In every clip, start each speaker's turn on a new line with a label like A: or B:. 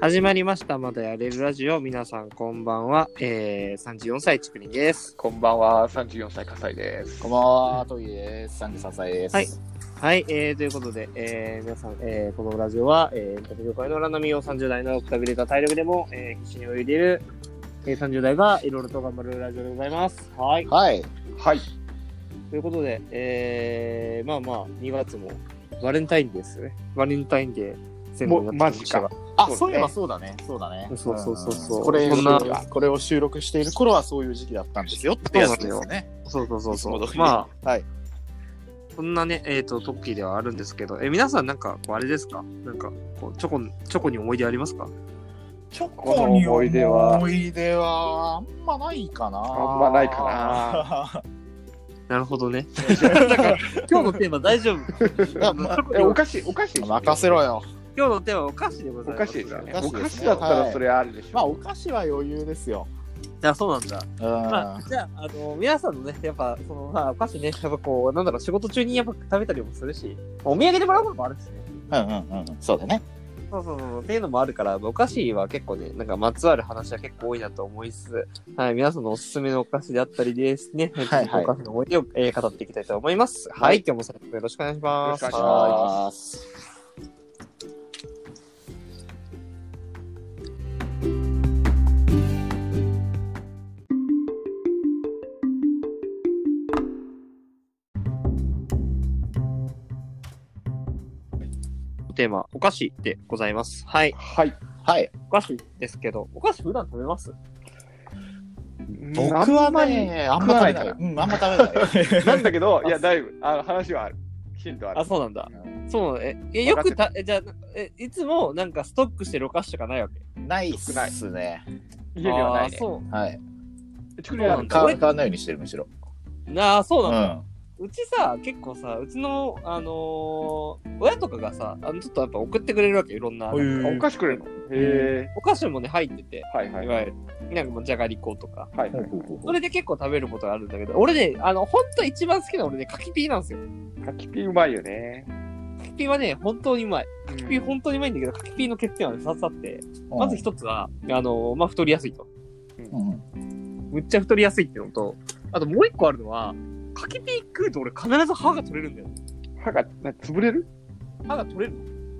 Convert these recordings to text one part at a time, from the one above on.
A: 始まりました。まだやれるラジオ。皆さん、こんばんは。えー、34歳、ちくりんです。
B: こんばんは、34歳、葛西です。
C: こんばんは、トイです。三十三歳です。
A: はいはい、えー、ということで、えー、皆さん、えー、このラジオは、えー、エンタメ業界の荒波を30代のくたびれた体力でも、えー、必死に泳いでいる、えー、30代がいろいろと頑張るラジオでございます。はい。
C: はい。
B: はい。
A: ということで、えー、まあまあ、2月も、バレンタインデーですよね。バレンタインデー宣言になってましたが、
C: あ、
B: そ
C: そうう
B: ね
C: いえばそうだね。そうだね。
A: そうそうそうそうん
C: これ
A: そんな
C: これを収録している頃はそういう時期だったんですよってやつです
A: そう
C: ね。
A: そうそうそうそ
C: いつも通
A: う。
C: り
A: まあ、
C: はい。
A: そんなね、えっ、と、トッキーではあるんですけど、え、皆さんなんか、こうあれですかなんか、こう、チョコ、チョコに思い出ありますか
C: チョ
B: コの思い出は
C: 思い出はあんまないかな。
B: あんまないか
A: なるほどね。 今日のテーマ大丈夫か
C: な。
B: え、お菓子、お菓子。
C: 任せろよ。
A: 今日のテーマお菓子でご
B: お
A: ざいま
B: 菓
A: す
B: 子ですよね。
C: お菓
B: お
C: 子ですね
B: 菓子だったらそれあるでしょ。
C: まあお菓子は余裕ですよ。
A: じゃあそうなんだ。
C: うん。
A: まあ、じゃあ、あの、皆さんのね、やっぱ、その、まあ、お菓子ね、やっぱこう、なんだろう、仕事中にやっぱ食べたりもするし、お土産でもらうこともあるしね。
C: うんうんうん。そうだね。
A: そうそうそう。っていうのもあるから、お菓子は結構ね、なんかまつわる話は結構多いなと思いつつ、はい、皆さんのおすすめのお菓子であったりですね、
C: はいはい
A: お菓子の思い出を、えー語っていきたいと思います。はい、今日も最後までよろしくお願いします。
B: よろしくお願いします
C: あ
A: テーマ、お菓子でございます。はい、
B: はい。
C: ーはい。
A: お菓子ですけど、お菓子普段食べます
C: 僕はね、あんま食べない。
B: 食
C: うん、あんま 食べない。
B: なんだけど、いや、だいぶ、あの話はある。ヒントあ
A: あ、
B: る。
A: そうなんだ
C: う。
A: そうなのえ、えよくた、えじゃあえ、いつもなんかストックしてるお菓子とかないわけ
C: ないっすね。
B: 家にはない
A: あ
B: ね
A: ー。そう。
C: はい。
B: 作
A: そう
B: り
A: な
B: あ
A: ん
B: る
A: だ
C: 買わ買わないようにしてる、むしろ。
A: なあ、そう
C: う。
A: なんの、
C: は
A: うちさ、結構さ、うちの、あのー親とかがさ、あのちょっとやっぱ送ってくれるわけ、いろんな。
C: へー
A: なんか
B: お菓子くれるのへ
A: お菓子もね、入ってて、
B: え。はいはいい。
A: わ
B: はい
A: ゆる、なんかもうじゃがりことか。
B: はい。
A: それで結構食べることがあるんだけど、俺ね、あの、ほんと一番好きなの俺ね、柿ピーなんですよ。
B: 柿ピーうまいよね。
A: 柿ピーはね、本当にうまい。柿ピー本当にうまいんだけど、柿ピーの欠点はね、2つあって、まず一つは、あのーまあ、太りやすいと。
C: うん。
A: むっちゃ太りやすいってのと、あともう一個あるのは、柿ピー食うと俺必ず歯が取れるんだよ。
B: 歯が、な潰れる
A: 歯が取れる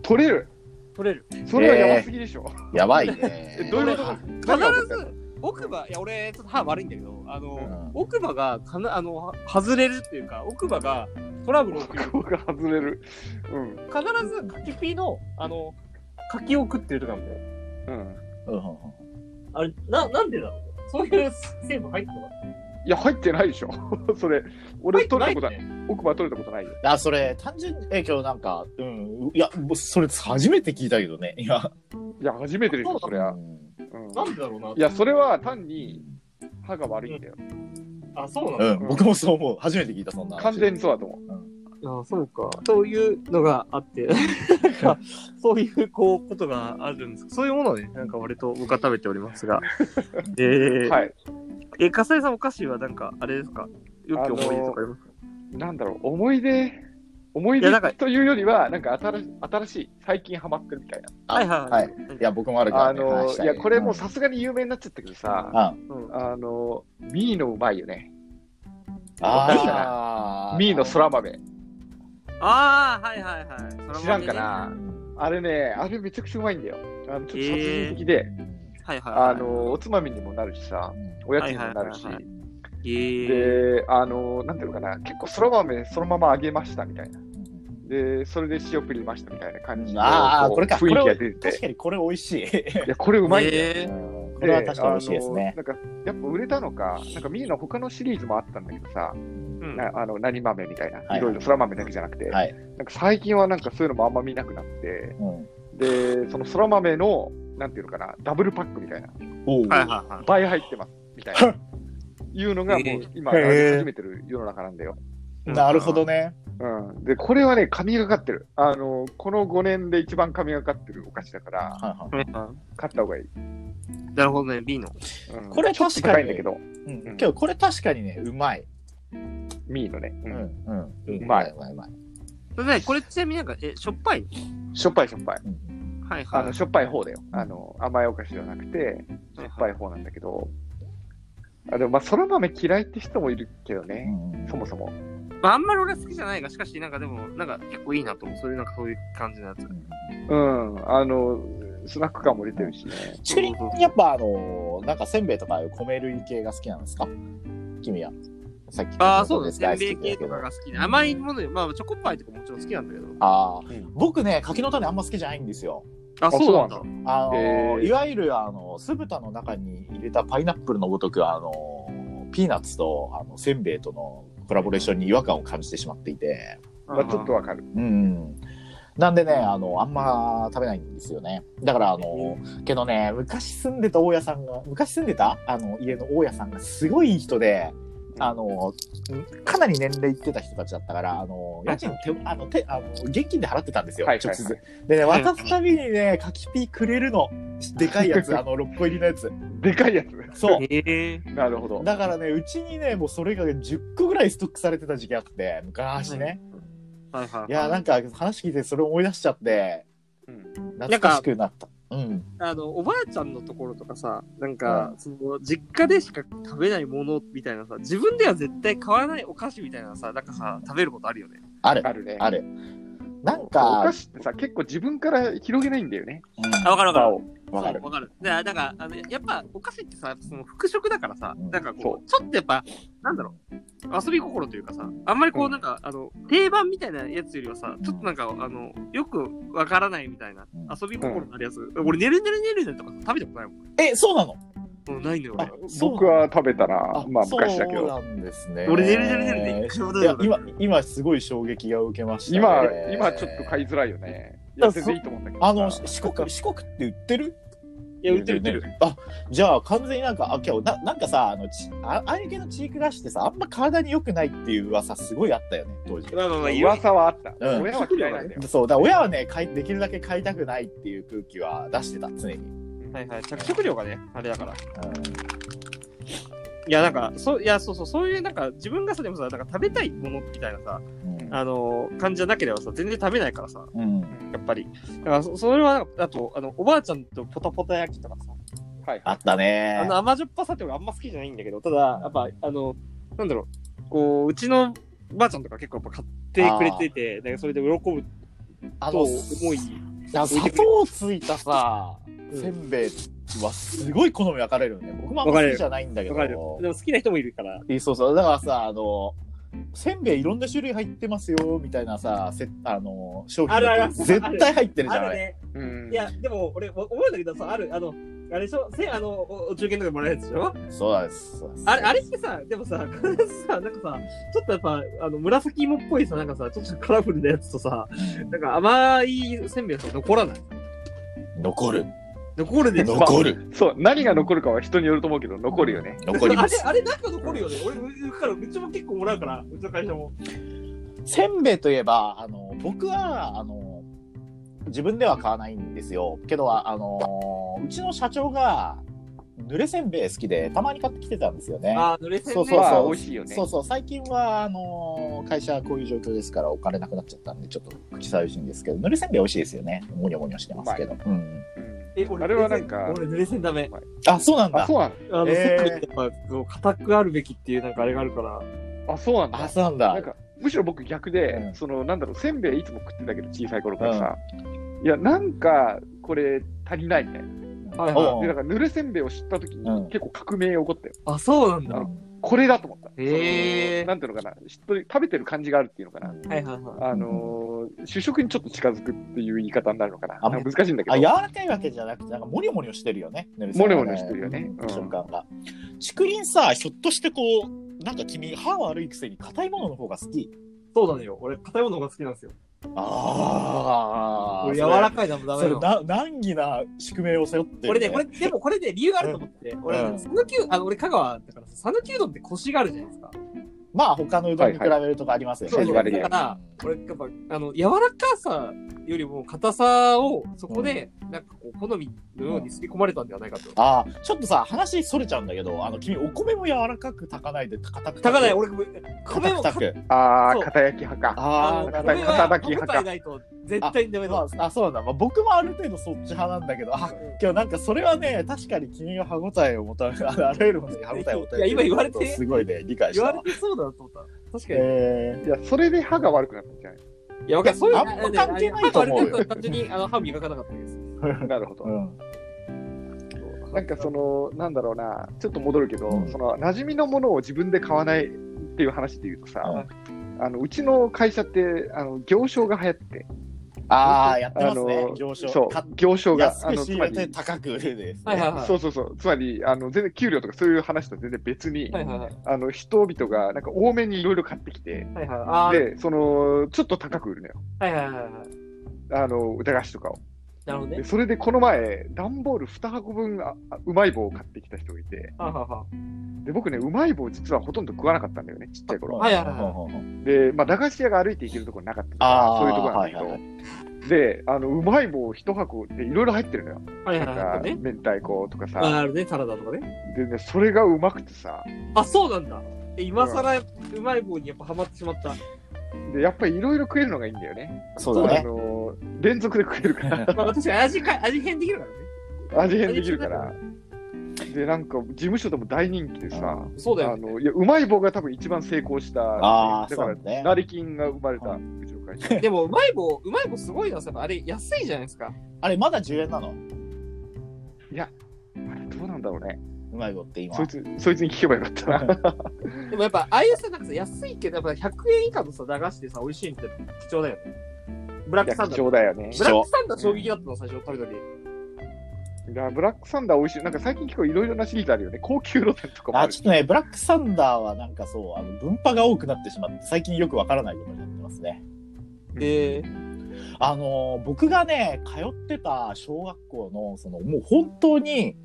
B: 取れる
A: 取れる。
B: それはやばすぎでしょ。。
C: やばいね
B: えどういうこと
A: 必
B: 何が起こった
A: ず、奥歯、いや、俺、ちょっと歯悪いんだけど、あの、
C: うん
A: 奥歯がかな、あの、は外れるっていうか、奥歯がトラブルを起きる。
B: ここが外れる。うん。
A: 必ず柿ピーの、あの、柿を食ってるとかもね。
B: うん。
C: うんうんうん
A: あれ、な、なんでだろうそういう成分入ったのか
B: いや、入ってないでしょ。 それ、俺、取れたことない。
A: い。
B: 奥歯取れたことないよ。
C: あ、それ、単純に、え、今日なんか、うん、いや、もうそれ初めて聞いたけどね。いや、
B: いや、初めてでしょ、そりゃ
C: う。ん
B: うん。
A: なんでだろうない
B: や、それは単に歯が悪いんだよ。
A: あ、そうなん
C: う
A: だ。
C: ん、僕もそう思う。初めて聞いた、そんな話。
B: 完全にそうだと思う。
A: あそうか。そういうのがあって、 なんか、そういう、こう、ことがあるんですそういうものをね、なんか割と僕は食べております が。えー、
B: はい。
A: え、笠井さんお菓子はなんか、あれですかよく思い出とかありますか、
B: なんだろう、思い出、思い
A: いや
B: 出
A: なんか
B: というよりは、なんか新し新しい、最近ハマってるみたいな。
C: あ
A: はいはい
C: はい。いや、僕もあるから、
B: あ
C: ね。
B: の、
C: 話し
B: い
C: た
B: や、これもう
C: うん
B: さすがに有名になっちゃったけどさ、
C: あ、
B: あの、ミーのうまいよね。
C: あ
B: ミーの空豆。
A: ああ、はいはいはい。
B: 知らんか
A: は
B: なあれね、あれめちゃくちゃうまいんだよ。あのちょっと殺人的で、
A: いはい、はい。
B: あの、おつまみにもなるしさ、おやつにもなるし
A: はいはいはいは、えー、
B: で、あの、なんていうのかな、結構空豆そのまま揚げましたみたいな。で、それで塩振りましたみたいな感じの
C: ああ、
B: こう
C: これか。
B: 雰囲気が出て
C: 確
B: て、
C: かにこれ美味しい。
B: いや、これうまいんだよ。
A: え
C: これは確かに美味しいですね。
B: あのなんか、やっぱ売れたのか、なんかミーの他のシリーズもあったんだけどさ、
A: うん
B: なあの何豆みたいな、
C: はい
B: いろいろ空豆だけじゃなくて、
C: はい
B: なんか最近はなんかそういうのもあんま見なくなって、
C: うん
B: で、その空豆の、なんていうのかな、ダブルパックみたいな、
C: おう
A: はいはいはい。
B: 倍入ってます、みたい な。いうのがも
A: へ
B: う
A: ー
B: 今、
C: へー
B: 始めてる世の中なんだよ、
C: なるほどね。
B: うん。で、これはね、神がかってる。あの、この5年で一番神がかってるお菓子だから、
C: はいは
A: はいは
B: 買った方がいい。
A: い。なるほどね、B の。
B: うん
C: これ
B: ちょっと
C: 確か
B: 高
C: に
B: いんだけど、
C: い。うんけど、これ確かにね、うまい。
B: ミーのね、う
C: うんん、うん。う
B: まいう
C: まい、うまい。
A: それねこれちなみになんか、え、しょっぱいの
B: しょっぱいしょっぱい。
C: うん
A: はい
B: あ
A: は
B: の、
A: い。
B: しょっぱい方だよ。あの、甘いお菓子じゃなくて、しょっぱい方なんだけど。あ、でもまあ、そら豆嫌いって人もいるけどね。そもそも。
A: まあ、あんまり俺は好きじゃないが、しかし、なんかでも、なんか結構いいなと思う。それなんかそういう感じのやつ。
B: うん。あの、スナック感も出てるしね。
C: ちくりん、やっぱあのーなんかせんべいとかああいう米類系が好きなんですか君は。さっき
A: ああ、そうです。せ
C: 大
A: ん
C: 好き
A: べ
C: っ
A: い
C: て言
A: 系
C: うけ
A: と
C: ど
A: かが好きで。甘いものよ。まあ、チョコパイとかもちろん好きなんだけど。
C: ああ、
B: うん
C: 僕ね、柿の種あんま好きじゃないんですよ。
A: あ、そうなん
B: そ
A: だ。
C: あのー
B: へー
C: いわゆるあの酢豚の中に入れたパイナップルのごとくあのーピーナッツとあのせんべいとのコラボレーションに違和感を感じてしまっていて、
B: まあ、ちょっとわかる。
C: うん、なんでねあのあんま食べないんですよねだからあのーけどね昔住んでた大家さんが昔住んでたあの家の大家さんがすごいいい人で。あのーかなり年齢いってた人たちだったから、あのー家賃手あの手あの現金で払ってたんですよ、
B: はいはいはい
C: 直接。でね、渡すたびにね、柿ピーくれるの。でかい やつ、あの、6個入りのやつ。
B: でかいや
C: そう。
A: へえ。
B: つ。 なるほど。
C: だからね、うちにね、もうそれが10個ぐらいストックされてた時期あって、昔ね。
A: はいはいはい。
C: いや、なんか話聞いてそれ思い出しちゃって、
B: うん
C: 懐かしくなった。うん。
A: あの、おばあちゃんのところとかさ、なんか、その、実家でしか食べないものみたいなさ、自分では絶対買わないお菓子みたいなさ、なんかさ、食べることあるよね。
C: ある、
B: あるね。
C: ある。なん
B: お
C: か
B: 菓、子ってさ、結構自分から広げないんだよね。
C: うん
A: あ、わかるわか
B: 場
A: る。
B: を。
C: わかる
A: そう。わかる。で、なんか、あの、やっぱ、お菓子ってさ、その、服飾だからさ
C: うん、
A: なんかこう、ちょっとやっぱ、なんだろう、遊び心というかさ、あんまりこ
B: う
A: う、
B: ん
A: なんか、あの、定番みたいなやつよりはさ、ちょっとなんか、あの、よくわからないみたいな
C: うん、
A: 遊び心のあるやつ。俺、ねるねるねるねとか食べたことないもん。
C: え、そうなの
A: うんないのよ、俺。
C: そう
B: 僕は食べたな
C: あ。
B: まあ、昔だけ
C: そう
B: ど。
C: なんですね。
A: 俺、ねるねるねるね、一回も食
C: い
A: べた
C: や
A: ことない
C: 今、今すごい衝撃が受けました、
B: 今、今ちょっと買いづらいよね。いや、
C: だか
B: 全
C: ら
B: 然いいと思うんだけどさ。
C: あの、四国、四国って売ってる
A: いや、売ってる売ってる。。
C: あ、じゃあ完全になんか、あ、今日、ななんかさ、あの、ちあああいう系のチーク菓子ってさ、あんま体に良くないっていう噂すごいあったよね、当時。
A: まあまあまあ、いろいろ
B: 噂はあった。
C: うん
B: 親は嫌いなんだよ。
C: そう、だから親はね、買いできるだけ買いたくないっていう空気は出してた、常に。うん
A: はいはい、着色料がね、あれだから。いや、なんか、そう、いや、そうそう、そういう、なんか、自分がさ、でもさ、なんか食べたいものみたいなさ、
C: うん
A: あのー感じじゃなければさ、全然食べないからさ、
C: うん。
A: やっぱり。だから、そそれはなんか、あと、あの、おばあちゃんとポタポタ焼きとかさ、
B: はい。
C: あった
A: あ
C: ね
A: の、。甘じょっぱさっていうのがあんま好きじゃないんだけど、ただ、やっぱ、あの、なんだろう、こう、うちのばあちゃんとか結構やっぱ買ってくれてて、だからそれで喜ぶ
C: あ
A: と
C: の、
A: 思い、
C: あの砂糖ついたさ、
A: うん
C: せんべいはすごい好み分かれるよね。僕もあんま好きじゃないんだけ
A: わかるよ
C: ど。
A: でも好きな人もいるから、
C: えそうそうだからさあのせんべいいろんな種類入ってますよみたいなさせあの商品
A: あるある
C: だと絶対入ってるじゃない
A: ね。
B: うん
A: いや、でも俺、お思うんだけどさ、ある、あの、あれでしょ、せあの、おお中元とかもらえるやつでしょ
C: そうなんですそうなんです
A: あれ、あれってさ、でもさ、 必ずさ、なんかさ、ちょっとやっぱ、あの、紫芋っぽいさ、なんかさ、ちょっとカラフルなやつとさ、なんか甘いせんべいさ、残らない
C: 残る
A: 残るでしょ
C: 残る
B: そう、何が残るかは人によると思うけど、残るよね。
C: 残り
A: あ
C: ま
A: れ、
C: す
A: あれなんか残るよね。俺、うから、うちも結構もらうから、うちの会社も。
C: せんべいといえばあの僕はあの自分では買わないんですよけどあのうちの社長が濡れせんべい好きでたまに買ってきてたんですよね
A: あー、濡れせんべい。
C: そうそう
B: ま
C: そ
B: あ
C: う
B: 美味しいよね
C: そうそう最近はあのー会社はこういう状況ですからお金なくなっちゃったんでちょっと口寂しいんですけどぬれせんべい美味しいですよねもにょもにょしてますけど、うん、
B: うん
A: え、俺、
B: あれはなんか
A: 俺、濡れせんダメ。
C: あそうなん
B: あ、
C: だ
B: そうなん
A: あの、
C: えー
A: 世界ってやっぱ、こう固くあるべきっていう、なんかあれがあるから。
B: あ、そうなん
C: あ
B: だ。
C: そうなんだ
B: なんか、むしろ僕逆で、
C: うん
B: その、なんだろう、せんべいいつも食ってたけど、小さい頃からさ。いや、なんか、これ、足りないみたいな。
A: はい
C: お
B: で、だから、ぬれせんべいを知った時に、
C: うん
B: 結構革命起こったよ。
A: あ、そうなんだ。
B: あこれだと思った。
A: へー
B: そのなんていうのかな、しっとり食べてる感じがあるっていうのかな。
A: はいはいはい。
B: あのー主食にちょっと近づくっていう言い方になるのかな。
C: あ
B: なんか難しいんだけ
C: あ
B: ど。
C: 柔らかいわけじゃなくてなんかもにょもにょしてるよねねるさんはね
B: もにょもにょしてるよねうん
C: 食感が竹林さひょっとしてこうなんか君歯悪いくせに硬いものの方が好き
A: そうなのよ。俺、硬いものが好きなんですよ。
C: あ
A: 俺、柔らかいのもダ
C: そ
A: メ
C: れ
A: なの。
C: な難儀な宿命を背負って
A: こ
C: る
A: れね、これ、でもこれで理由があると思って、俺
C: う、ん
A: 讃岐うあの、俺、香川だからさ、讃岐うどんって腰があるじゃないですか。
C: まあ他のうどんに比べるとかありますよね、
B: はいはい
A: そうそうだから俺、やっぱ、あの、柔らかさよりも硬さを、そこで、なんかこう、好みのように刷り込まれたんではないかと。
C: ああ、ちょっとさ、話それちゃうんだけど、あの、君、お米も柔らかく炊かないで、炊か
A: 高
C: な
A: 菜、
C: い、
A: 俺、米も
C: 炊く。
B: あ
A: そ
B: あ、
A: う
B: 片焼き派か。
A: あ
C: あ
A: の
C: あ、
B: なる
A: 米
B: ほど
A: は歯応えないと絶対にダメだ
C: ま。あ、あそうなんだ、まあ、僕もある程度そっち派なんだけどあ今日なんかそれはね確かに君が歯応えを求めあのあらゆるものに歯応えを求め
A: いや今言われて
C: すごいね理解し
A: 言
C: た
A: わ
C: わ
A: れてそうだなと思った。確かに。
C: え
B: いや、それで歯が悪くなったんじゃない
A: いや、わかんない。そういう
C: あんま関係ないと思うよ
A: あの単純にあの歯磨かなかったです。
B: なるほ
C: ー
B: ど
C: う。ん、
B: なんかその、なんだろうな、ちょっと戻るけど、
C: うん
B: その、馴染みのものを自分で買わないっていう話で言うとさ、あのうちの会社って、あの行商が流行ってて、
C: ああやってます
B: あ
C: ね
B: の
C: 上昇
B: そう
C: 買っ、
B: 行商が、
C: 安
B: あ
C: く
B: の
C: 仕
B: つ
C: 入
B: ま
C: れて
B: り、
C: 高く売るです、ね
A: はいはいはい。
B: そうそうそう、つまり、あの全然給料とかそういう話とは全然別に、
A: はいはいはい。
B: あの人々がなんか多めにいろいろ買ってきて、
A: はいはい。あー
B: で、その、ちょっと高く売るのよ。
A: はいはいはいはい。
B: あの、歌菓子とかを。
A: なるほどね
B: で、。それでこの前、段ボール2箱分ああうまい棒を買ってきた人がいて、
A: ははは
B: で、僕ね、うまい棒実はほとんど食わなかったんだよね、ちっちゃい頃。
A: はいはいはい
C: うん
B: で、まあ、駄菓子屋が歩いて行けるところなかったから
C: あー
B: そういうところなんだけど、
C: はいは
B: で、あの、うまい棒1箱でいろいろ入ってるのよ。
A: はいはい
B: なん
A: は
B: か、
A: い。ね。
B: 明太子とか
A: あー
B: さ。
A: あるね、サラダとかね。
B: でね、それがうまくてさ、
A: あ、そうなんだ。え今さらうまい棒にやっぱハマってしまった。
B: で、やっぱりいろいろ食えるのがいいんだよね。
C: そう
B: あ
C: だね
B: の、連続で食えるから。
A: まあ私味か味変できるからね。
B: 味変できるから。で、なんか、事務所でも大人気でさ、
A: そうだ
B: あ
A: よね。
B: のいやうまい棒が多分一番成功した。
C: あ
B: だ
C: あそ
B: か
C: う
B: ら
C: だ、ね
B: 成金が生まれたうちの会社。
A: でもうまい棒、うまい棒すごいな、さあれ安いじゃないですか。
C: あれまだ10円なの
B: あれどうなんだろうね。
C: うまい棒って今
B: そいつ、そいつに聞けばよかったな。
A: でもやっぱ、ああいうさ、なんかさ、安いけど、やっぱ100円以下のさ、駄菓子でさ、美味しいのって貴重だよね。ブラッ
B: い
A: ク
B: や
A: サンダ
B: 貴
A: ー。
B: 重だよね
C: 貴。
A: ブラックサンダー衝撃だったの、最初食べた時。
B: いやブラックサンダー美味しい。なんか最近結構いろいろなシリーズあるよね。高級路線とかもあ
C: あ
B: る
C: ちょっとねブラックサンダーはなんかそうあの分派が多くなってしまって最近よくわからないことになってますね
A: え
C: あのー僕がね通ってた小学校のそのもう本当に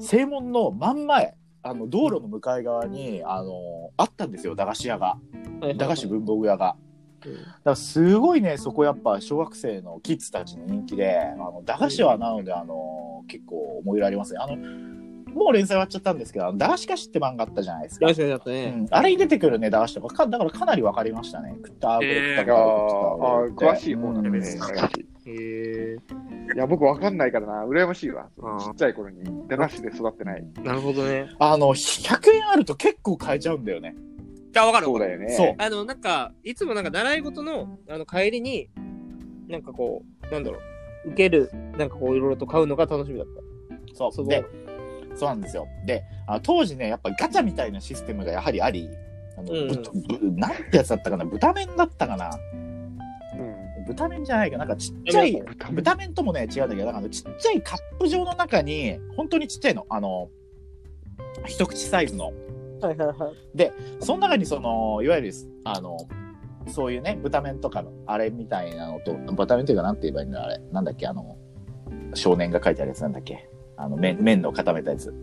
C: 正門の真ん前あの道路の向かい側に、あのーあったんですよ駄菓子屋が
A: ー、
C: 駄菓子文房具屋が。
A: うん
C: だからすごいねそこやっぱ小学生のキッズたちの人気であの駄菓子はなので、あのー結構思い入れありますね。あのもう連載終わっちゃったんですけど「あの駄菓子菓子」って漫画あったじゃないですか。
A: 駄菓子だった
C: う
A: ね。
C: ん、あれに出てくるね駄菓子とかかだからかなり分かりましたね。食った後食
A: えー
C: っ
B: あ
C: た
B: ー
C: 後
B: あー
C: 食った後
B: 詳しい方なんだ
C: う
B: ね。
C: ん
A: へえ
B: いや、僕わかんないからな。羨ましいわ。
A: うん
B: ちっちゃい頃に駄菓子で育ってない。
A: なるほどね。
C: あの、100円あると結構買えちゃうんだよね。
A: じゃあ、わか
B: そうだよね。
C: そう
A: あの、なんか、いつもなんか習い事の、あの、帰りに、なんかこう、なんだろう、受ける、なんかこう、いろいろと買うのが楽しみだっ
C: そ。
A: た。そうの
C: で、そうなんですよ。で、あ当時ね、やっぱガチャみたいなシステムがやはりあり、あの、
A: うん
C: ぶぶなんてやつだったかな豚麺だったかな
B: うん。
C: 豚麺じゃないかななんかちっちゃい、
B: 豚麺
C: 豚麺ともね、違うんだけど、なんかあのちっちゃいカップ状の中に、本当にちっちゃいの、あの、一口サイズの。
A: はいはいはい。
C: その中にそのいわゆるあのそういうね豚麺とかのあれみたいなのと豚麺というかなんて言えばいいんだあれなんだっけあの少年が書いてあるやつなんだっけあの麺麺の固めたやつ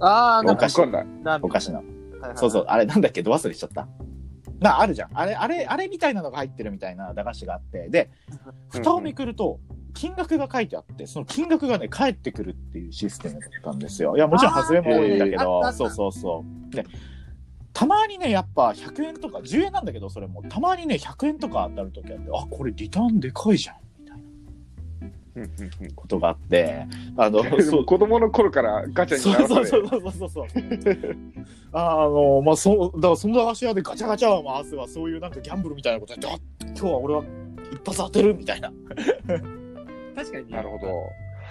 A: ああ、なん
C: お
A: か、
C: 菓
B: わか
C: 子
B: んない。
A: ラーメ
C: お菓子の
A: ンはいはい
C: そうそうあれなんだっけど忘れしちゃったなあるじゃんあれあれあれみたいなのが入ってるみたいな駄菓子があってで蓋をめくると金額が書いてあってその金額がね返ってくるっていうシステムだったんですよいやもちろん外れも多いんだけ
A: あーあ
C: ど
A: った
C: そうそうそうでたまにねやっぱ100円とか10円なんだけどそれもたまにね100円とか当たる時あってあこれリターンでかいじゃんみたいな
B: うんうんうん
C: ことがあって あの
B: でも子供の頃からガチャに
C: そう
B: 習
C: そ
B: わ
C: う
B: され
C: そうそうそうそう。ああのまあそうだからその駄菓子屋でガチャガチャを回せばそういうなんかギャンブルみたいなことやってあ今日は俺は一発当てるみたいな。
A: 確かにね
B: なるほど。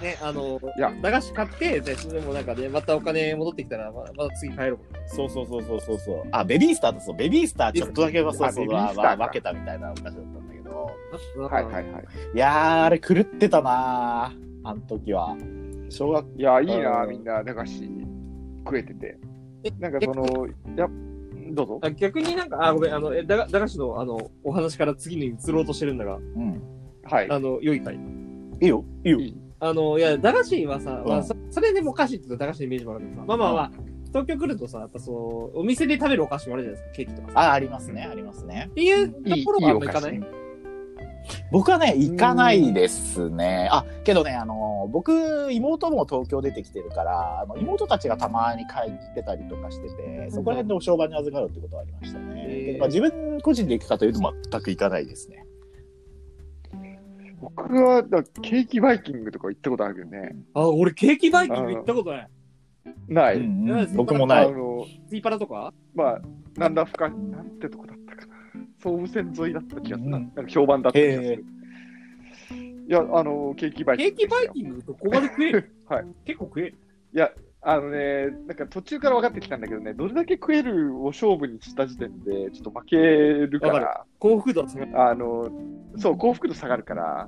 A: ね、あの、
B: いや
A: 駄菓子買って、でそれでもなんかね、またお金戻ってきたら、ままた次買えるもんね。
C: そうそうそうそうそうそう。あベビースターだそうベビースターちょっとだけはそうそ
B: あベ
C: う
B: ビー
C: わ
B: スターか
C: わ分けたみたいなお菓子だったんだけど。
B: はいはいはい。
C: いやーあれ狂ってたなーあの時は。小学
B: いや、いいな、
C: うん
B: みんな、駄菓子食えてて
A: え。
B: なんかその、やどうぞ。
A: あ逆になんか、あ、ごめん、あの、え駄菓駄菓子の、あの、お話から次に移ろうとしてるんだが、
C: うん
B: はい。
A: あの、良いかい。
C: いいよいいよ。
A: あの、いや、駄菓子はさ、
C: うん
A: まあ、そそれでもお菓子って言うと駄菓子のイメージもあるけどさ、まあまあまあ、東京来るとさ、やっぱそう、お店で食べるお菓子もあるじゃないですか、ケーキとかさ。
C: あありますねありますね。
A: っていうところはあんま行かない
B: いいいいお
C: 僕はね、行かないですね。あ、けどね、あの、僕、妹も東京出てきてるから、あの妹たちがたまに帰ってたりとかしてて、そこら辺でお商売に預かるってことはありましたね。
A: うん
C: けどまあ、自分個人で行くかというと全く行かないですね。
B: 僕はだケーキバイキングとか行ったことあるけどね。
A: あ、俺ケーキバイキング行ったことない。
B: な
C: う
B: い。
C: ん
A: う
C: うんん、僕もな
B: あ
C: い。
B: の、
A: スイパラとか
B: まあ、なんだ深い、なんてとこだったかな。総武線沿いだった気がする。
C: うん
B: なんか評判だった気がする。いや、あの、ケーキバイキ
A: ケ
B: ング。
A: ーキバイキングどこまで食える
B: はい。
A: 結構食える。
B: いや、あのね、なんか途中から分かってきたんだけどね、どれだけ食えるを勝負にした時点で、ちょっと負けるか
A: わ
B: ら。
A: 幸福度は下がる。
B: あの、そう、幸福度下がるから、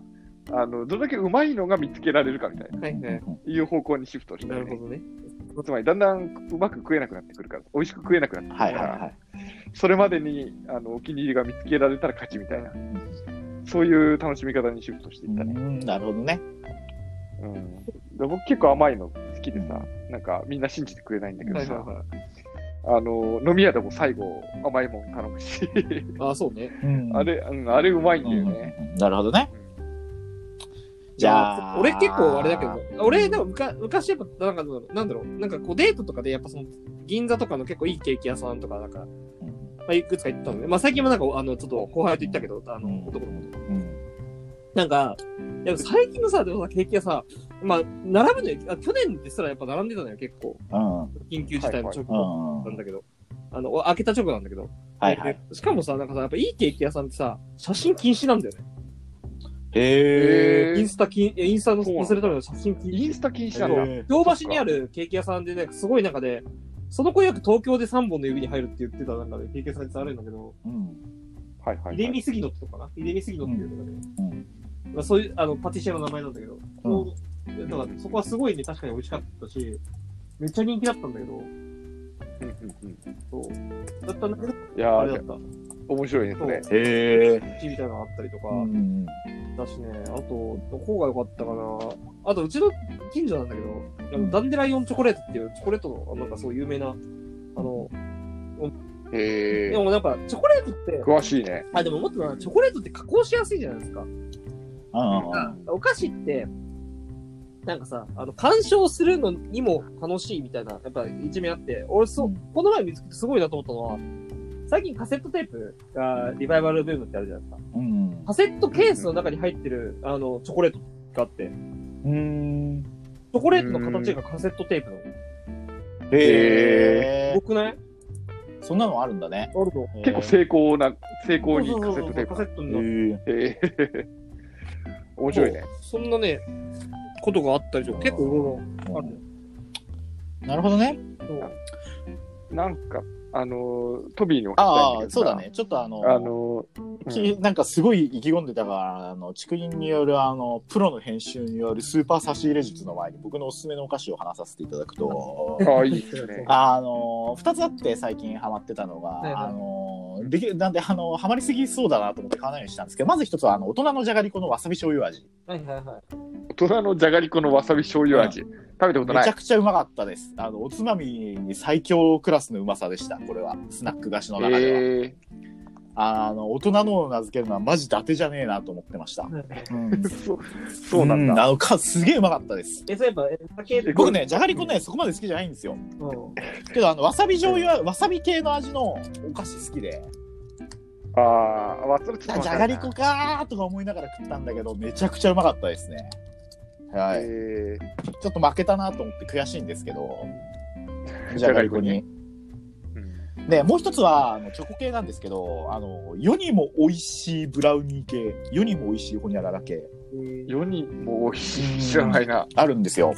B: あの、どれだけうまいのが見つけられるかみたいな、
A: はいはい。
B: いう方向にシフトして、
A: なる
B: ね、
A: ほどね。
B: つまりだんだんうまく食えなくなってくるから、美味しく食えなくなってく
C: はいはい
B: るから、
C: はい。
B: それまでにあのお気に入りが見つけられたら勝ちみたいな、そういう楽しみ方にシフトしていったね。
C: うんなるほどね。
B: うんで僕結構甘いの好きでさ、なんかみんな信じてくれないんだけど
A: は
B: さ
A: い、は
B: あの飲み屋でも最後甘いもん頼むし、
A: いはい。あ、そうね。
C: うん
B: あれ、うん、あれうまいん
C: う
B: だよ
C: ん
B: ね。
C: なるほどね。じゃあ。
A: 俺結構あれだけど、俺でもむか昔やっぱなんかなんだろう、なんかこうデートとかでやっぱその銀座とかの結構いいケーキ屋さんとかなんか、ま
C: うん、
A: あ、いくつか行ったのね。まあ最近もなんかあのちょっと後輩と行ったけど、あの男の子と。
C: うん
A: なんか、やっぱ最近のさ、でもさ、ケーキ屋さ、まあ並ぶのよ。あ去年ですらやっぱ並んでたのよ、結構。
C: うん。
A: 緊急事態の直
C: う
A: 後
C: ん。
A: なんだけど。あの、お開けた直後なんだけど。
C: はいはい。
A: でしかもさ、なんかさ、やっぱいいケーキ屋さんってさ、写真禁止なんだよね。
B: へ
C: へ
B: ー
A: インスタ禁、インスタの載せるための写真禁止。
B: インスタ禁止
C: ー
B: なんだ。
C: へー
A: 京橋にあるケーキ屋さんでね、すごい中で、その子よく東京で3本の指に入るって言ってたなんかね、ケーキ屋さんってあるんだけど、
C: うん。
B: はいはい、はい。
A: 入れ見すぎのってとかな入れ見すぎのっていうのがね、
C: うん
A: まあ、そういうあのパティシエの名前なんだけど、こうだからそこはすごいね、確かに美味しかったし、めっちゃ人気だったんだけど、
B: うんうんうん
A: そう。だったんだけど、
B: いや
A: あれだ
B: ー
A: っ、た。
B: 面白いですね。
C: へえ。
A: 1みたいなのがあったりとか、
C: うん。
A: だしね、あと、どこが良かったかな。あと、うちの近所なんだけど、あのダンデライオンチョコレートっていうチョコレートの、なんかそう有名な、あの、
B: へ
A: で
B: え。
A: もなんか、チョコレートって、
B: 詳しいね。
A: あ、でももっとな、チョコレートって加工しやすいじゃないですか。
C: あ
A: お菓子って、なんかさ、あの、鑑賞するのにも楽しいみたいな、やっぱ一面あって、俺そ、
C: うん
A: この前見つけてすごいなと思ったのは、最近カセットテープがリバイバルブームってあるじゃないですか。
C: うん。
A: カセットケースの中に入ってる、あの、チョコレートがあって、チ
C: うん。
A: ョコレートの形がカセットテープなの。
C: へ
A: す
C: え
A: ご。くないある
C: そんなのあるんだね。
A: の。
B: 結構成功な、成功にカセットテー
A: カ
B: プ
A: セ
B: だ。
A: ット
C: へ
A: になる。
C: ー
B: へえ。面白いね。
A: そんなね、ことがあったりとか、結構いろいろあるの
C: なるほどね。
A: そう
B: なんか、あのー、トビーにも聞きたいん
C: ああ
B: け、どさ
C: そうだ。ね。ちょっとあの、
B: あのー、
C: きなんかすごい意気込んでたから、あの、竹林による、あの、プロの編集によるスーパー差し入れ術の前に僕のおすすめのお菓子を話させていただくと
B: う、ん、ああ、いいですね。
C: あのー、2つあって最近ハマってたのが、
A: はいはい
C: あのーできなんで、あのーハマりすぎそうだなと思って買わないようにしたんですけどまず一つはあの大人のじゃがりこのわさび醤油味
A: はいはいはい。
B: 大人のじゃがりこのわさび醤油味。食べたこと
C: め
B: な
C: ちゃ
B: い。
C: くちゃうまかったですあのおつまみに最強クラスのうまさでしたこれはスナック菓子の中では、
B: へえ。
C: あの大人のを名付けるのはマジ伊達じゃねえなと思ってました、うん、
B: そそうなんだ。
C: あのかすげえうまかったです
A: え、そういえば、え、酒
B: え
C: 僕ねじゃがりこねそこまで好きじゃないんですよ
A: うん
C: けどあのわさび醤油はわさび系の味のお菓子好きで
B: ああ、わそれちょっとわ
C: じ
B: か
C: ゃ
B: る
C: が
B: な
C: りこかーとか思いながら食ったんだけどめちゃくちゃうまかったですねは
B: へ
C: い
B: え。
C: ちょっと負けたなと思って悔しいんですけどじ
B: じ
C: ゃ
B: ゃ
C: が
B: がり
C: りこ
B: こ
C: に
B: に
C: でもう一つはあのチョコ系なんですけどあの世にも美味しいブラウニー系世にも美味しいホニャララ系
B: 世にも美味しい。 知らないな。
C: あるんですよ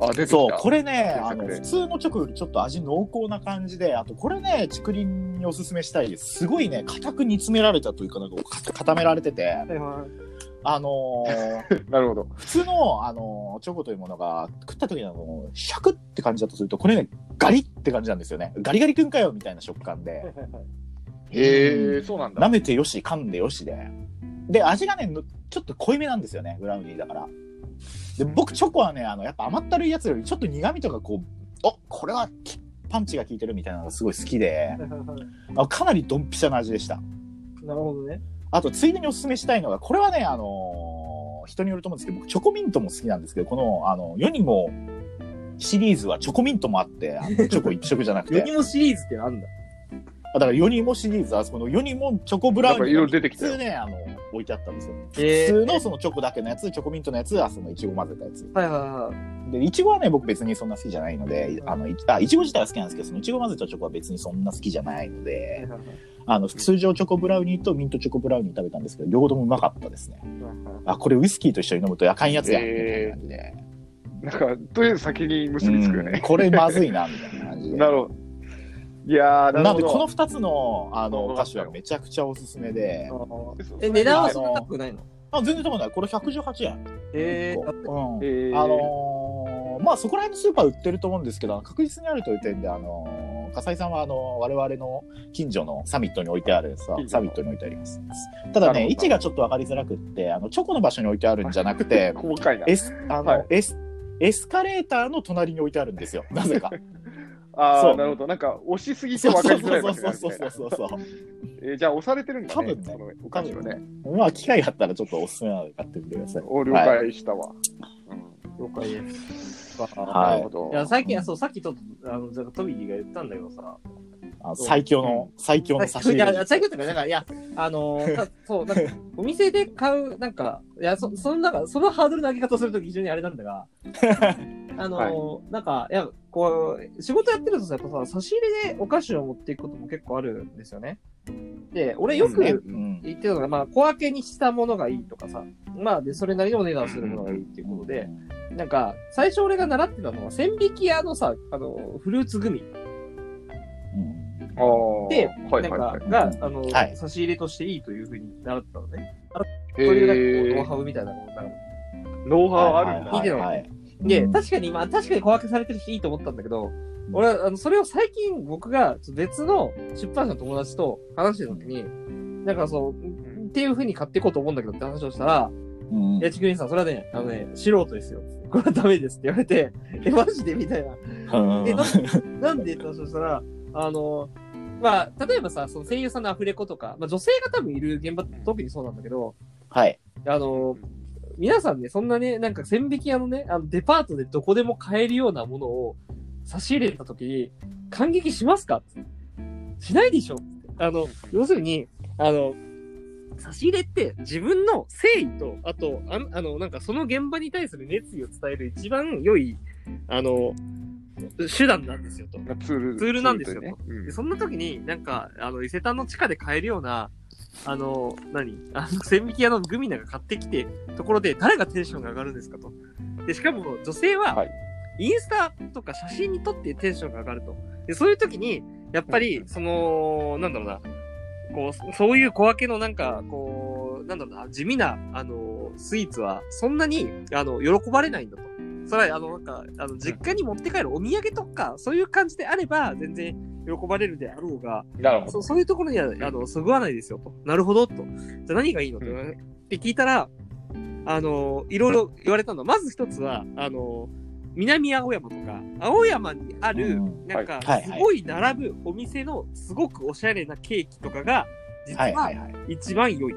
B: あ、出てきた。
C: そうこれねあ
B: 検索
C: の
B: で
C: 普通のチョコよりちょっと味濃厚な感じであとこれね竹林におすすめしたいですすごいね硬く煮詰められたというかなんかか固められてて
A: はいはい。
C: あの ー
B: なるほど。
C: 普通の、あの、チョコというものが、食った時のあの、シャクって感じだとすると、これね、ガリって感じなんですよね。ガリガリくんかよみたいな食感
A: は
C: で
A: い、はいはい。
B: へえ、そうなんだ
C: 舐。めてよし、噛んでよしで。で、味がね、のちょっと濃いめなんですよね、ブラウニーだから。で、僕、チョコはね、あの、やっぱ甘ったるいやつより、ちょっと苦味とかこう、おこれはきパンチが効いてるみたいなのがすごい好きで、
A: はいはいはい
C: あかなりドンピシャな味でした。
A: なるほどね。
C: あと、ついでにおすすめしたいのが、これはね、あのー人によると思うんですけど、僕、チョコミントも好きなんですけど、この、あの、世にもシリーズはチョコミントもあって、あのチョコ一色じゃなく
A: ヨ
C: て
A: ニ、モシリーズってあるんだ。
C: あだから世にもシリーズ、あそこの世にもチョコブラウン
B: なんかいろいろ出て
C: 普
B: きたよ
C: 通ね、あの、置いてあったんですよ。
A: え
C: 普通のそのチョコだけのやつ、チョコミントのやつ、あそのいちご混ぜたやつ。
A: はいはいはい。
C: で、いちごはね、僕別にそんな好きじゃないので、あの、いあいちご自体は好きなんですけど、そのいちご混ぜたチョコは別にそんな好きじゃないので、あの、通常チョコブラウニーとミントチョコブラウニー食べたんですけど、両方ともうまかったですね。あ、これウイスキーと一緒に飲むとあかんやつや、みたいな感じで。
B: なんか、とりあえず先に結びつくよ
C: うん
B: ね。
C: これまずいな、みたいな感じで。
B: なるほど。いやー、な
C: な
B: る
C: ん
B: ほ
C: で、
B: ど。
C: この2つの、あ
B: うん
C: の、
B: うん
C: お菓子はめちゃくちゃおすすめで、
A: え、値段は
C: そ
A: そ
C: ん
A: ん
C: な
A: な
C: 高
A: 高くないの
C: あ全然高くない。これ118円。
A: え
C: 一個うん
B: え。ー
C: あのーまあそこら辺のスーパー売ってると思うんですけど確実にあるという点で、あのー、笠井さんはあの我々の近所のサミットに置いてある
B: 近
C: さ
B: 所の
C: サミットに置いてありますただ
B: なる
C: ね
B: ほど
C: 位置がちょっと分かりづらくってあのチョコの場所に置いてあるんじゃな くて
B: 細かいな。
C: エスあの、
B: はい
C: エスエスカレーターの隣に置いてあるん ですよなぜか
B: あ
C: そ
B: あ、
C: う
B: なるほど。なんか、押しすぎて
C: そう
B: 分
C: そ
B: か
C: う
B: りづらい
C: そ
B: 場
C: う
B: 所に
C: そ
B: ある
C: う
B: み
C: そう
B: たいな。
C: そうそう
B: えーじゃあ、押されてるんだね。
C: 多分ね
B: そのお菓子はね。
C: まあ機会があったらちょっとおすすめなので買ってみてください
B: お了
C: はい
B: 解したわ。うん
A: 了解です。
C: は
B: な
C: い
B: るほど
A: いや、さっき、そう、さっきちょっと、あの、じゃあトミーが言ったんだけどさ。
C: あの最強の最強の差し
A: い
C: 入
A: や、い
C: れ
A: や最近とか、なんか、いや、あのー、たそう、なんか、お店で買う、なんか、いや、そ、その、なんか、そのハードルの上げ方するとき非常にあれなんだ が、あのー、なんか、いや、こう、仕事やってるとさ、やっぱさ、差し入れでお菓子を持っていくことも結構あるんですよね。で、俺よく、
B: うん
C: うん
A: 言ってるのが、まあ、小分けにしたものがいいとかさ、まあ、で、それなりのお値段するものがいいっていうことで、なんか、最初俺が習ってたのは、千匹屋のさ、あの、フルーツグミ
C: うん
B: あー
A: で
B: は
A: ないん
B: はいは
A: か
B: い。
A: が、あの
C: は、い
A: 差し入れとしていいというふうに習ったのね。
B: へ
A: そういう、なんかこう、
B: ー
A: ノウハウみたいなのが
B: ノウハウあるんだ。
A: はい
C: はい
A: で、確かに今、確かに小分けされてる人いいと思ったんだけど、俺は、あの、それを最近僕が別の出版社の友達と話してるときに、なんかそう、っていうふうに買っていこうと思うんだけどって話をしたら、
C: うん
A: いや、ちくりんさん、それはね、あのね、素人ですよ。これはダメですって言われて、え、マジでみたいな。
C: うん
A: え、なんなんでって話をしたら、あの、まあ、例えばさ、その声優さんのアフレコとか、まあ女性が多分いる現場って特にそうなんだけど、
C: はい。
A: あの、皆さんね、そんなね、なんか千匹屋のね、あのデパートでどこでも買えるようなものを差し入れたときに、感激しますかしないでしょあの、要するに、あの、差し入れって自分の誠意と、あと、あんあの、なんかその現場に対する熱意を伝える一番良い、あの、手段なんですよと。
B: ツール。
A: ツールなんですよ
B: ツールというね
A: でそんな時に、なんか、あの、伊勢丹の地下で買えるような、あの、何 あの、千匹屋のグミなんか買ってきて、ところで、誰がテンションが上がるんですかと。で、しかも、女性
B: は、
A: はいインスタとか写真に撮ってテンションが上がると。で、そういう時に、やっぱり、その、なんだろうな、こう、そういう小分けのなんか、こう、なんだろうな、地味な、あの、スイーツは、そんなに、あの、喜ばれないんだと。それは、あの、なんか、あの、実家に持って帰るお土産とか、そういう感じであれば、全然喜ばれるであろうが、
B: うんなるほど。
A: そそういうところにはあのそぐわないですよと。なるほどと。じゃあ何がいいのと、
B: うん
A: って聞いたら、あの、いろいろ言われたのは、まず一つは、あの、南青山とか、青山にある、
C: うん
A: なんか
C: はい、
A: すごい並ぶお店のすごくおしゃれなケーキとかが、実
C: はいは
A: はい
C: はい。
A: 一番良い。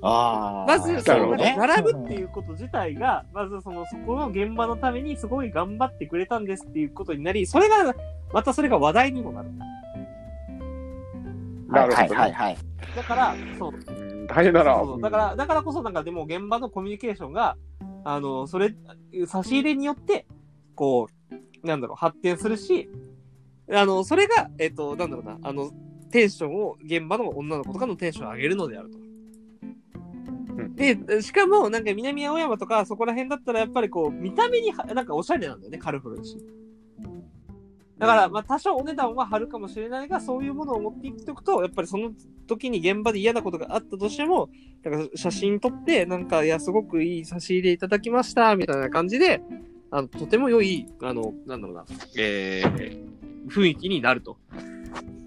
C: ああ。
A: まず、そ
B: なる
A: の
B: ほど
A: ね、並ぶっていうこと自体が、まずその、そこの現場のためにすごい頑張ってくれたんですっていうことになり、それが、またそれが話題にもなる。
B: なるほど
C: はいはいはい。
A: だから、そう、
B: うん大変だな。
A: そうそうだから、だからこそなんかでも現場のコミュニケーションが、あの、それ、差し入れによって、こう、なんだろう、発展するし、あの、それが、えっと、なんだろうな、あの、テンションを、現場の女の子とかのテンションを上げるのであると。
B: うん
A: で、しかも、なんか南青山とか、そこら辺だったら、やっぱりこう、見た目には、なんかおしゃれなんだよね、カルフルだし。だから、まあ、多少お値段は張るかもしれないが、そういうものを持っていっておくと、やっぱりその時に現場で嫌なことがあったとしても、なんか写真撮って、なんか、いや、すごくいい差し入れいただきました、みたいな感じで、あの、とても良い、あの、なんだろうな、えー、雰囲気になると。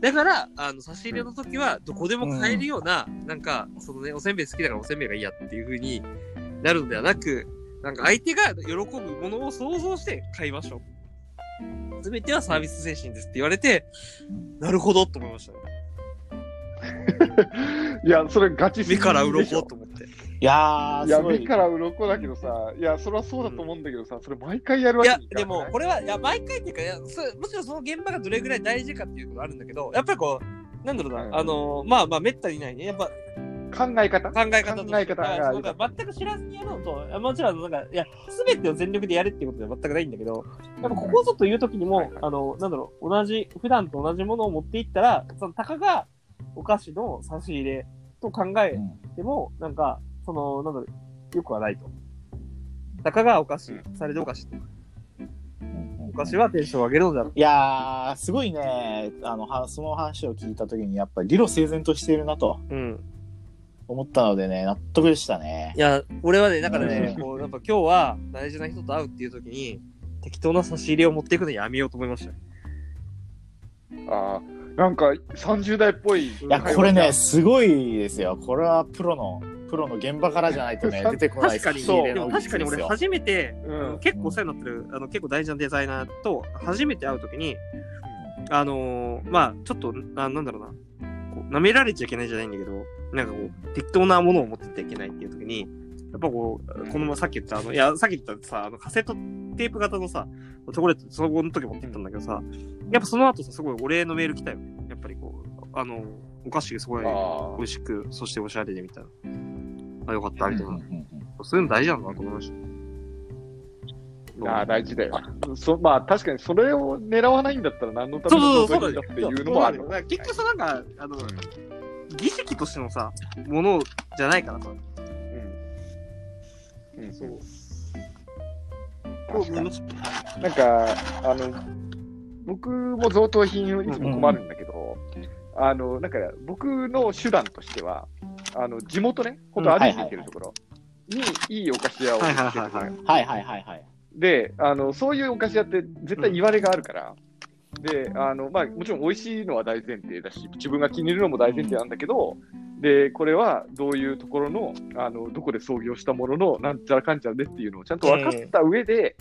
A: だから、あの、差し入れの時は、どこでも買えるような、なんか、そのね、おせんべい好きだからおせんべいがいいやっていう風になるのではなく、なんか相手が喜ぶものを想像して買いましょう。すべてはサービス精神ですって言われて、なるほどと思いましたね。
B: いや、それガチすぎ
A: 目
B: る
A: から
B: でしょ
A: 鱗と思って。
C: いや
B: い
C: ー、
B: や、
C: すご
B: 目
C: い。
B: から鱗だけどさ、いや、それはそうだと思うんだけどさ、それ毎回やるわ
A: い
B: け
A: や
B: にい、かな
A: で
B: く
A: も
B: な、い
A: これは、いや、毎回っていうかいやそ、もちろんその現場がどれぐらい大事かっていうことあるんだけど、やっぱりこう、なんだろうな、
B: うん
A: あのー、まあまあ、めったにないね。やっぱ考
B: 考え方
A: え方と
B: 考え方が
A: あそうなんか全く知らずにやるのと、いやもちろん、なんか、いや、すべてを全力でやるっていうことでは全くないんだけど、やっぱここぞという時にも、
B: はいはい
A: あの、なんだろう、同じ、普段と同じものを持っていったら、その、たかがお菓子の差し入れと考え
C: うん
A: でも、なんか、その、なんだろう、よくはないと。たかがお菓子、
B: う
A: されどお菓子、
C: うん
A: お菓子はテンションを上げるのじゃ
C: いやー、すごいね、あの、はその話を聞いたときに、やっぱり理路整然としているなと
A: うん。
C: 思ったのでね、納得でしたね
A: い。や、俺はね、だからね、
C: うん
A: こう、やっぱ今日は大事な人と会うっていう時に、適当な差し入れを持っていくのやめようと思いました。
B: あーなんか30代っぽい。い
C: いや、これね、、すごいですよ。これはプロの、プロの現場からじゃないとね、出てこない
A: 確かに、
C: そう
A: でも確かに俺初めて、
B: う
A: あの
B: ん、
A: 結構お世話になってる、あの、結構大事なデザイナーと初めて会う時に、あのーまあ、ちょっと、あなんだろうな、こう舐められちゃいけないじゃないんだけど、なんかこう、適当なものを持ってってはいけないっていう時に、やっぱこう、このまさっき言った、あの、いや、さっき言ったさ、あの、カセットテープ型のさ、チョコレート、その後の時持ってったんだけどさ、やっぱその後さ、すごいお礼のメール来たよね。やっぱりこう、あの、お菓子すごい
B: あ
A: 美味しく、そしておしゃれでみたいな。あ、よかった、みたいな。
C: うん
A: そういうの大事なんだなと思いました。
B: ーあー、大事だよ。そまあ、確かにそれを狙わないんだったら何のた
A: そ
B: めの
A: うそうそう
B: だっていうのもある
A: だ。から結局さ、なんか、あの、儀式としてのさ、ものじゃないからさ、
B: うんうん
A: そう。
B: 確かになんか、あの、僕も贈答品をいつも困るんだけど、あの、なんか、僕の手段としては、あの、地元ね、本当歩いていけるところに、いいお菓子屋を見つけ
A: はいはい
B: る
A: はいは
C: うんはいはいはいはい。
B: で、あの、そういうお菓子屋って絶対言われがあるから、で、あの、まあ、もちろん美味しいのは大前提だし、自分が気に入るのも大前提なんだけど、で、これはどういうところの、あの、どこで創業したものの、なんちゃらかんちゃらでっていうのをちゃんと分かった上で、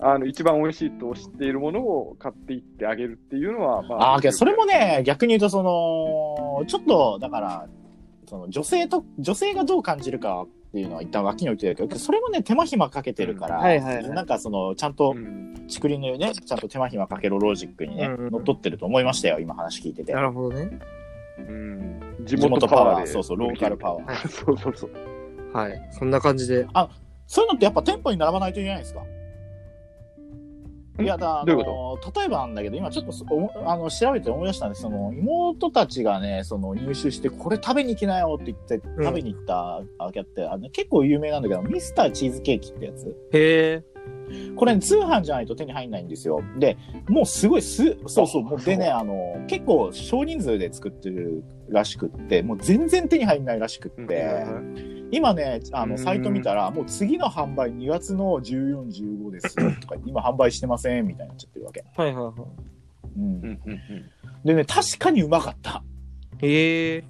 B: あの、一番美味しいと知っているものを買っていってあげるっていうのは、ま
C: ああ、けどそれも、ね、逆に言うと、その、ちょっと、だから、その女性と、女性がどう感じるかっていうのは一旦脇に置いてるけど、それもね、手間暇かけてるから、
A: うんはいはいはい
C: なんかその、ちゃんと
B: うん
C: 竹林のようにね、ちゃんと手間暇かけろロジックにね、
A: うんうんうん
C: 乗っ取ってると思いましたよ、今話聞いてて。
A: るほどね。
B: うん地元パワーで。
C: そうそう、ローカルパワー。
B: ー。そうそうそう。
A: はい。そんな感じで。
C: そういうのってやっぱ店舗に並ばないといけないんですか
B: ん
C: いやだ、あ
B: どういう
C: の例えばなんだけど、今ちょっとそおもあの調べて思い出したんですその妹たちがね、その入手して、これ食べに行きなよって言って、
A: ん
C: 食べに行ったあキャって、あの結構有名なんだけど、ミスターチーズケーキってやつ。
A: へえ。
C: これ、通販じゃないと手に入んないんですよ。で、もうすごいす、そうそう、もうでね、あの、結構少人数で作ってるらしくって、もう全然手に入んないらしくって、今ね、あ
A: うん
C: の、サイト見たら、もう次の販売2月の14、15ですとか、今販売してません、みたいになっちゃってるわけ。
A: はいはいは
C: うん
B: うんうんうん
C: でね、確かにうまかった。
A: い。へえ。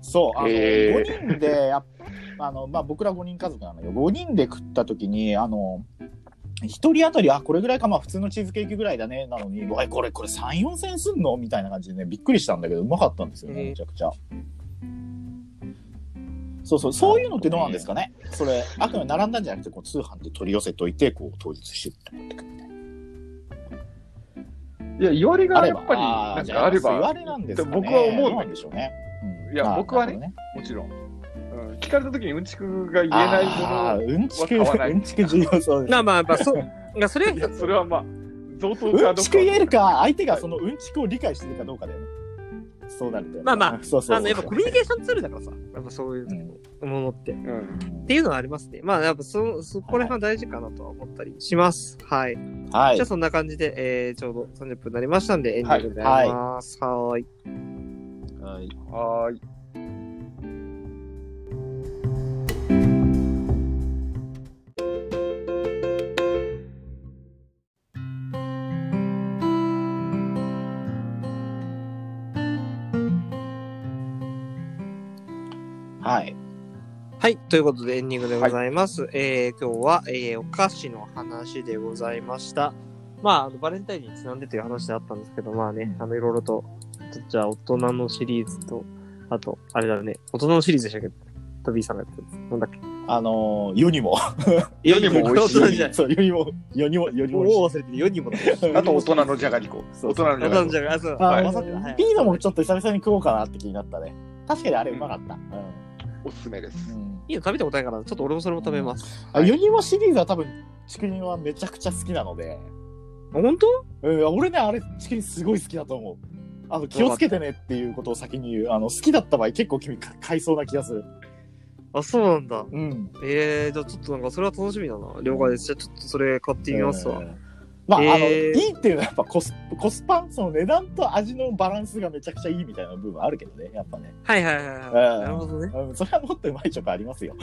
C: そう、あの、
B: へー
C: 5人で、やっあの、まあ、僕ら5人家族なんだけど、5人で食った時に、あの、1人当たり、あ、これぐらいか、まあ、普通のチーズケーキぐらいだね、なのに、え、これ、これ3、4千すんのみたいな感じでね、びっくりしたんだけど、うまかったんですよね、
A: へー
C: めちゃくちゃ。そうそう、そういうのってどうなんですかねそれ、あくまで並んだんじゃなくて、こう、通販で取り寄せといて、こう、当日して持ってくるみたいな。
B: いや、言われ
C: あ
B: が
C: れ
B: や
C: ば
B: っぱり、
C: あ
B: な
C: ー
B: ん
C: じゃあ
B: かあれば。
C: 言われなんですかね
B: 僕は思うん
C: ど
B: だ
C: な
B: け
C: ん
B: ど
C: でしょうね。うん
B: いや
C: まあ
B: 僕はね
C: なるほど
B: もちろん。うん、聞かれたときにうんちくが言えない
C: ああ
B: も
C: ーうんちく、
B: は買わない
C: うんちく重要そうです。
A: まあまあ、やっぱそう。いや、それは、
B: の、それはまあ、贈答
C: うんちく言えるか、相手が
B: はい
C: そのうんちくを理解してるかどうかだよね。そうなると。
A: まあまあ、
C: そうそうそう
A: あの、やっぱコミュニケーションツールだからさ、やっぱそういう
C: う
A: ものって。っ
B: うん。
C: ん
A: ていうのはありますね。まあ、やっぱそ、そこら辺は大事かなとは思ったりします。はい。
C: はい
A: じゃあ、。そんな感じで、えー、ちょうど30分になりましたんで、エンディングでございます。はーい。
C: はい
B: はーい。
C: はい。
A: はい。ということで、エンディングでございます。えー、今日は、えー、お菓子の話でございました。まあ、あのバレンタインにちなんでという話であったんですけど、まあね、あの、いろいろと、じゃあ、大人のシリーズと、
D: あと、あれだね、大人のシリーズでしたっけトビーさんがやったやつ。なんだっけ
C: あのー世にも。
B: 世にも美味しい
A: 大人じゃない
C: そう、世にも、世にも、世に
D: もう
C: も。
D: 忘れてる、世にもだ。
B: あと大人のじゃがりこ。
C: そ
B: 大
C: うそ
B: 人
C: う
B: のじ
A: 大
B: ゃが
A: 人
B: り
A: じゃないあ、そう。
C: あ
B: はい
C: ー、まさ
A: はい
C: ピーノもちょっと久々に食おうかなって気になったね。確かにあれうまかった。
B: こ。おすすめです
C: う。ん。
A: いいの食べたことないから、ちょっと俺もそれも食べます。
C: あ世にもシリーズは多分、チキンはめちゃくちゃ好きなので。
A: あ本当
C: うん、俺ね、あれ、チキンすごい好きだと思う。あの、気をつけてねっていうことを先に言う。あの、好きだった場合結構君か買いそうな気がする。
A: あ、そうなんだ。
C: うん。
A: えー、じゃあちょっとなんかそれは楽しみだな。了解です。じゃあちょっとそれ買ってみますわ
C: う。んまあ、あの、
A: えー
C: いいっていうのはやっぱコスコスパ、その値段と味のバランスがめちゃくちゃいいみたいな部分あるけどね、やっぱね。
A: はいはいはいはい。
C: うん
A: なるほどね。
C: うん、それはもっとうまいチョコありますよ。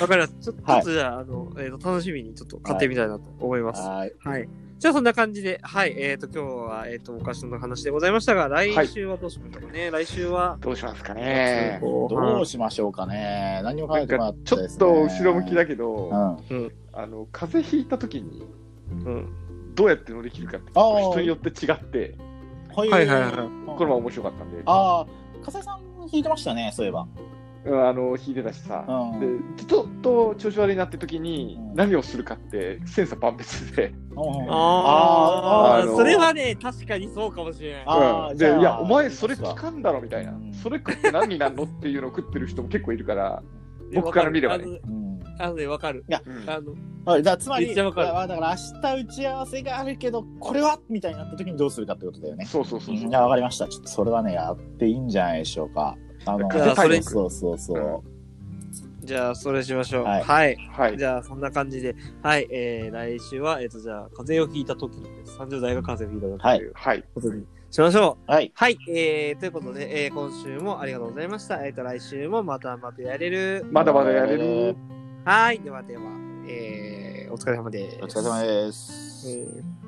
A: わかりました。ちょちょ
C: はい
A: っとじゃあ、あの、えーと、楽しみにちょっと買ってみたいなと思います。
C: はい。
A: はい。じゃあそんな感じで、はい。えっ、と、今日は、えっ、と、お菓子の話でございましたが、来週はどうしましょうかね。来週は、
B: どうしますかね。
A: 後
C: どう
A: 半
C: しましょうかね。何も考
B: な
C: え
B: ん
C: てもら
B: か
C: っ
B: ち
C: て
B: ょっと後ろ向きだけど
C: う、ん。
B: あの風邪ひいた時に
A: うん。
B: どうやって乗り切るかって
C: あー
B: 人によって違って、
C: はい
A: はいはいはい
B: これも面白かったんで、あ
C: ああ、笠井さん弾いてましたね、そういえば。
B: の引いてたしさ、
C: うん
B: でちょっと調子悪いなって時に
C: うん
B: 何をするかって千差万別で、
C: うん
A: あー
B: あの
A: それはね、確かにそうかもしれない。
C: あー
B: うん
C: じゃ
B: で
C: あ
B: いやお前それ聞かんだろみたいな、
C: うん
B: それ食って何になるのっていうのを食ってる人も結構いるから、
A: で
B: 僕から見ればね。
A: わかる
C: うん
A: あのあのね、わかる。
B: うん
A: あの、
C: はい、だからつまり
A: めっちゃわかる
C: だからだから明日打ち合わせがあるけどこれはみたいになった時にどうするかってことだよね。
B: そうそうそうそう
C: いやわかりました。ちょっとそれはねやっていいんじゃないでしょうか。あの
B: いやそれ
C: そうそうそう。
A: じゃあ、それしましょう。
C: はい
A: はい
B: はい
A: じゃあそんな感じで、はい、えー、来週は、えっ、と、じゃあ、風邪をひいた時です。30代が風邪をひいた時という
B: はい
A: ことにしましょう。
C: はい。
A: はい、えー、ということで、えー、今週もありがとうございました。えっ、と、来週もまたまたやれる。
B: まだまだやれる、
A: はい、ではでは、えー、お疲れ様です。
C: お疲れ様です。
A: えー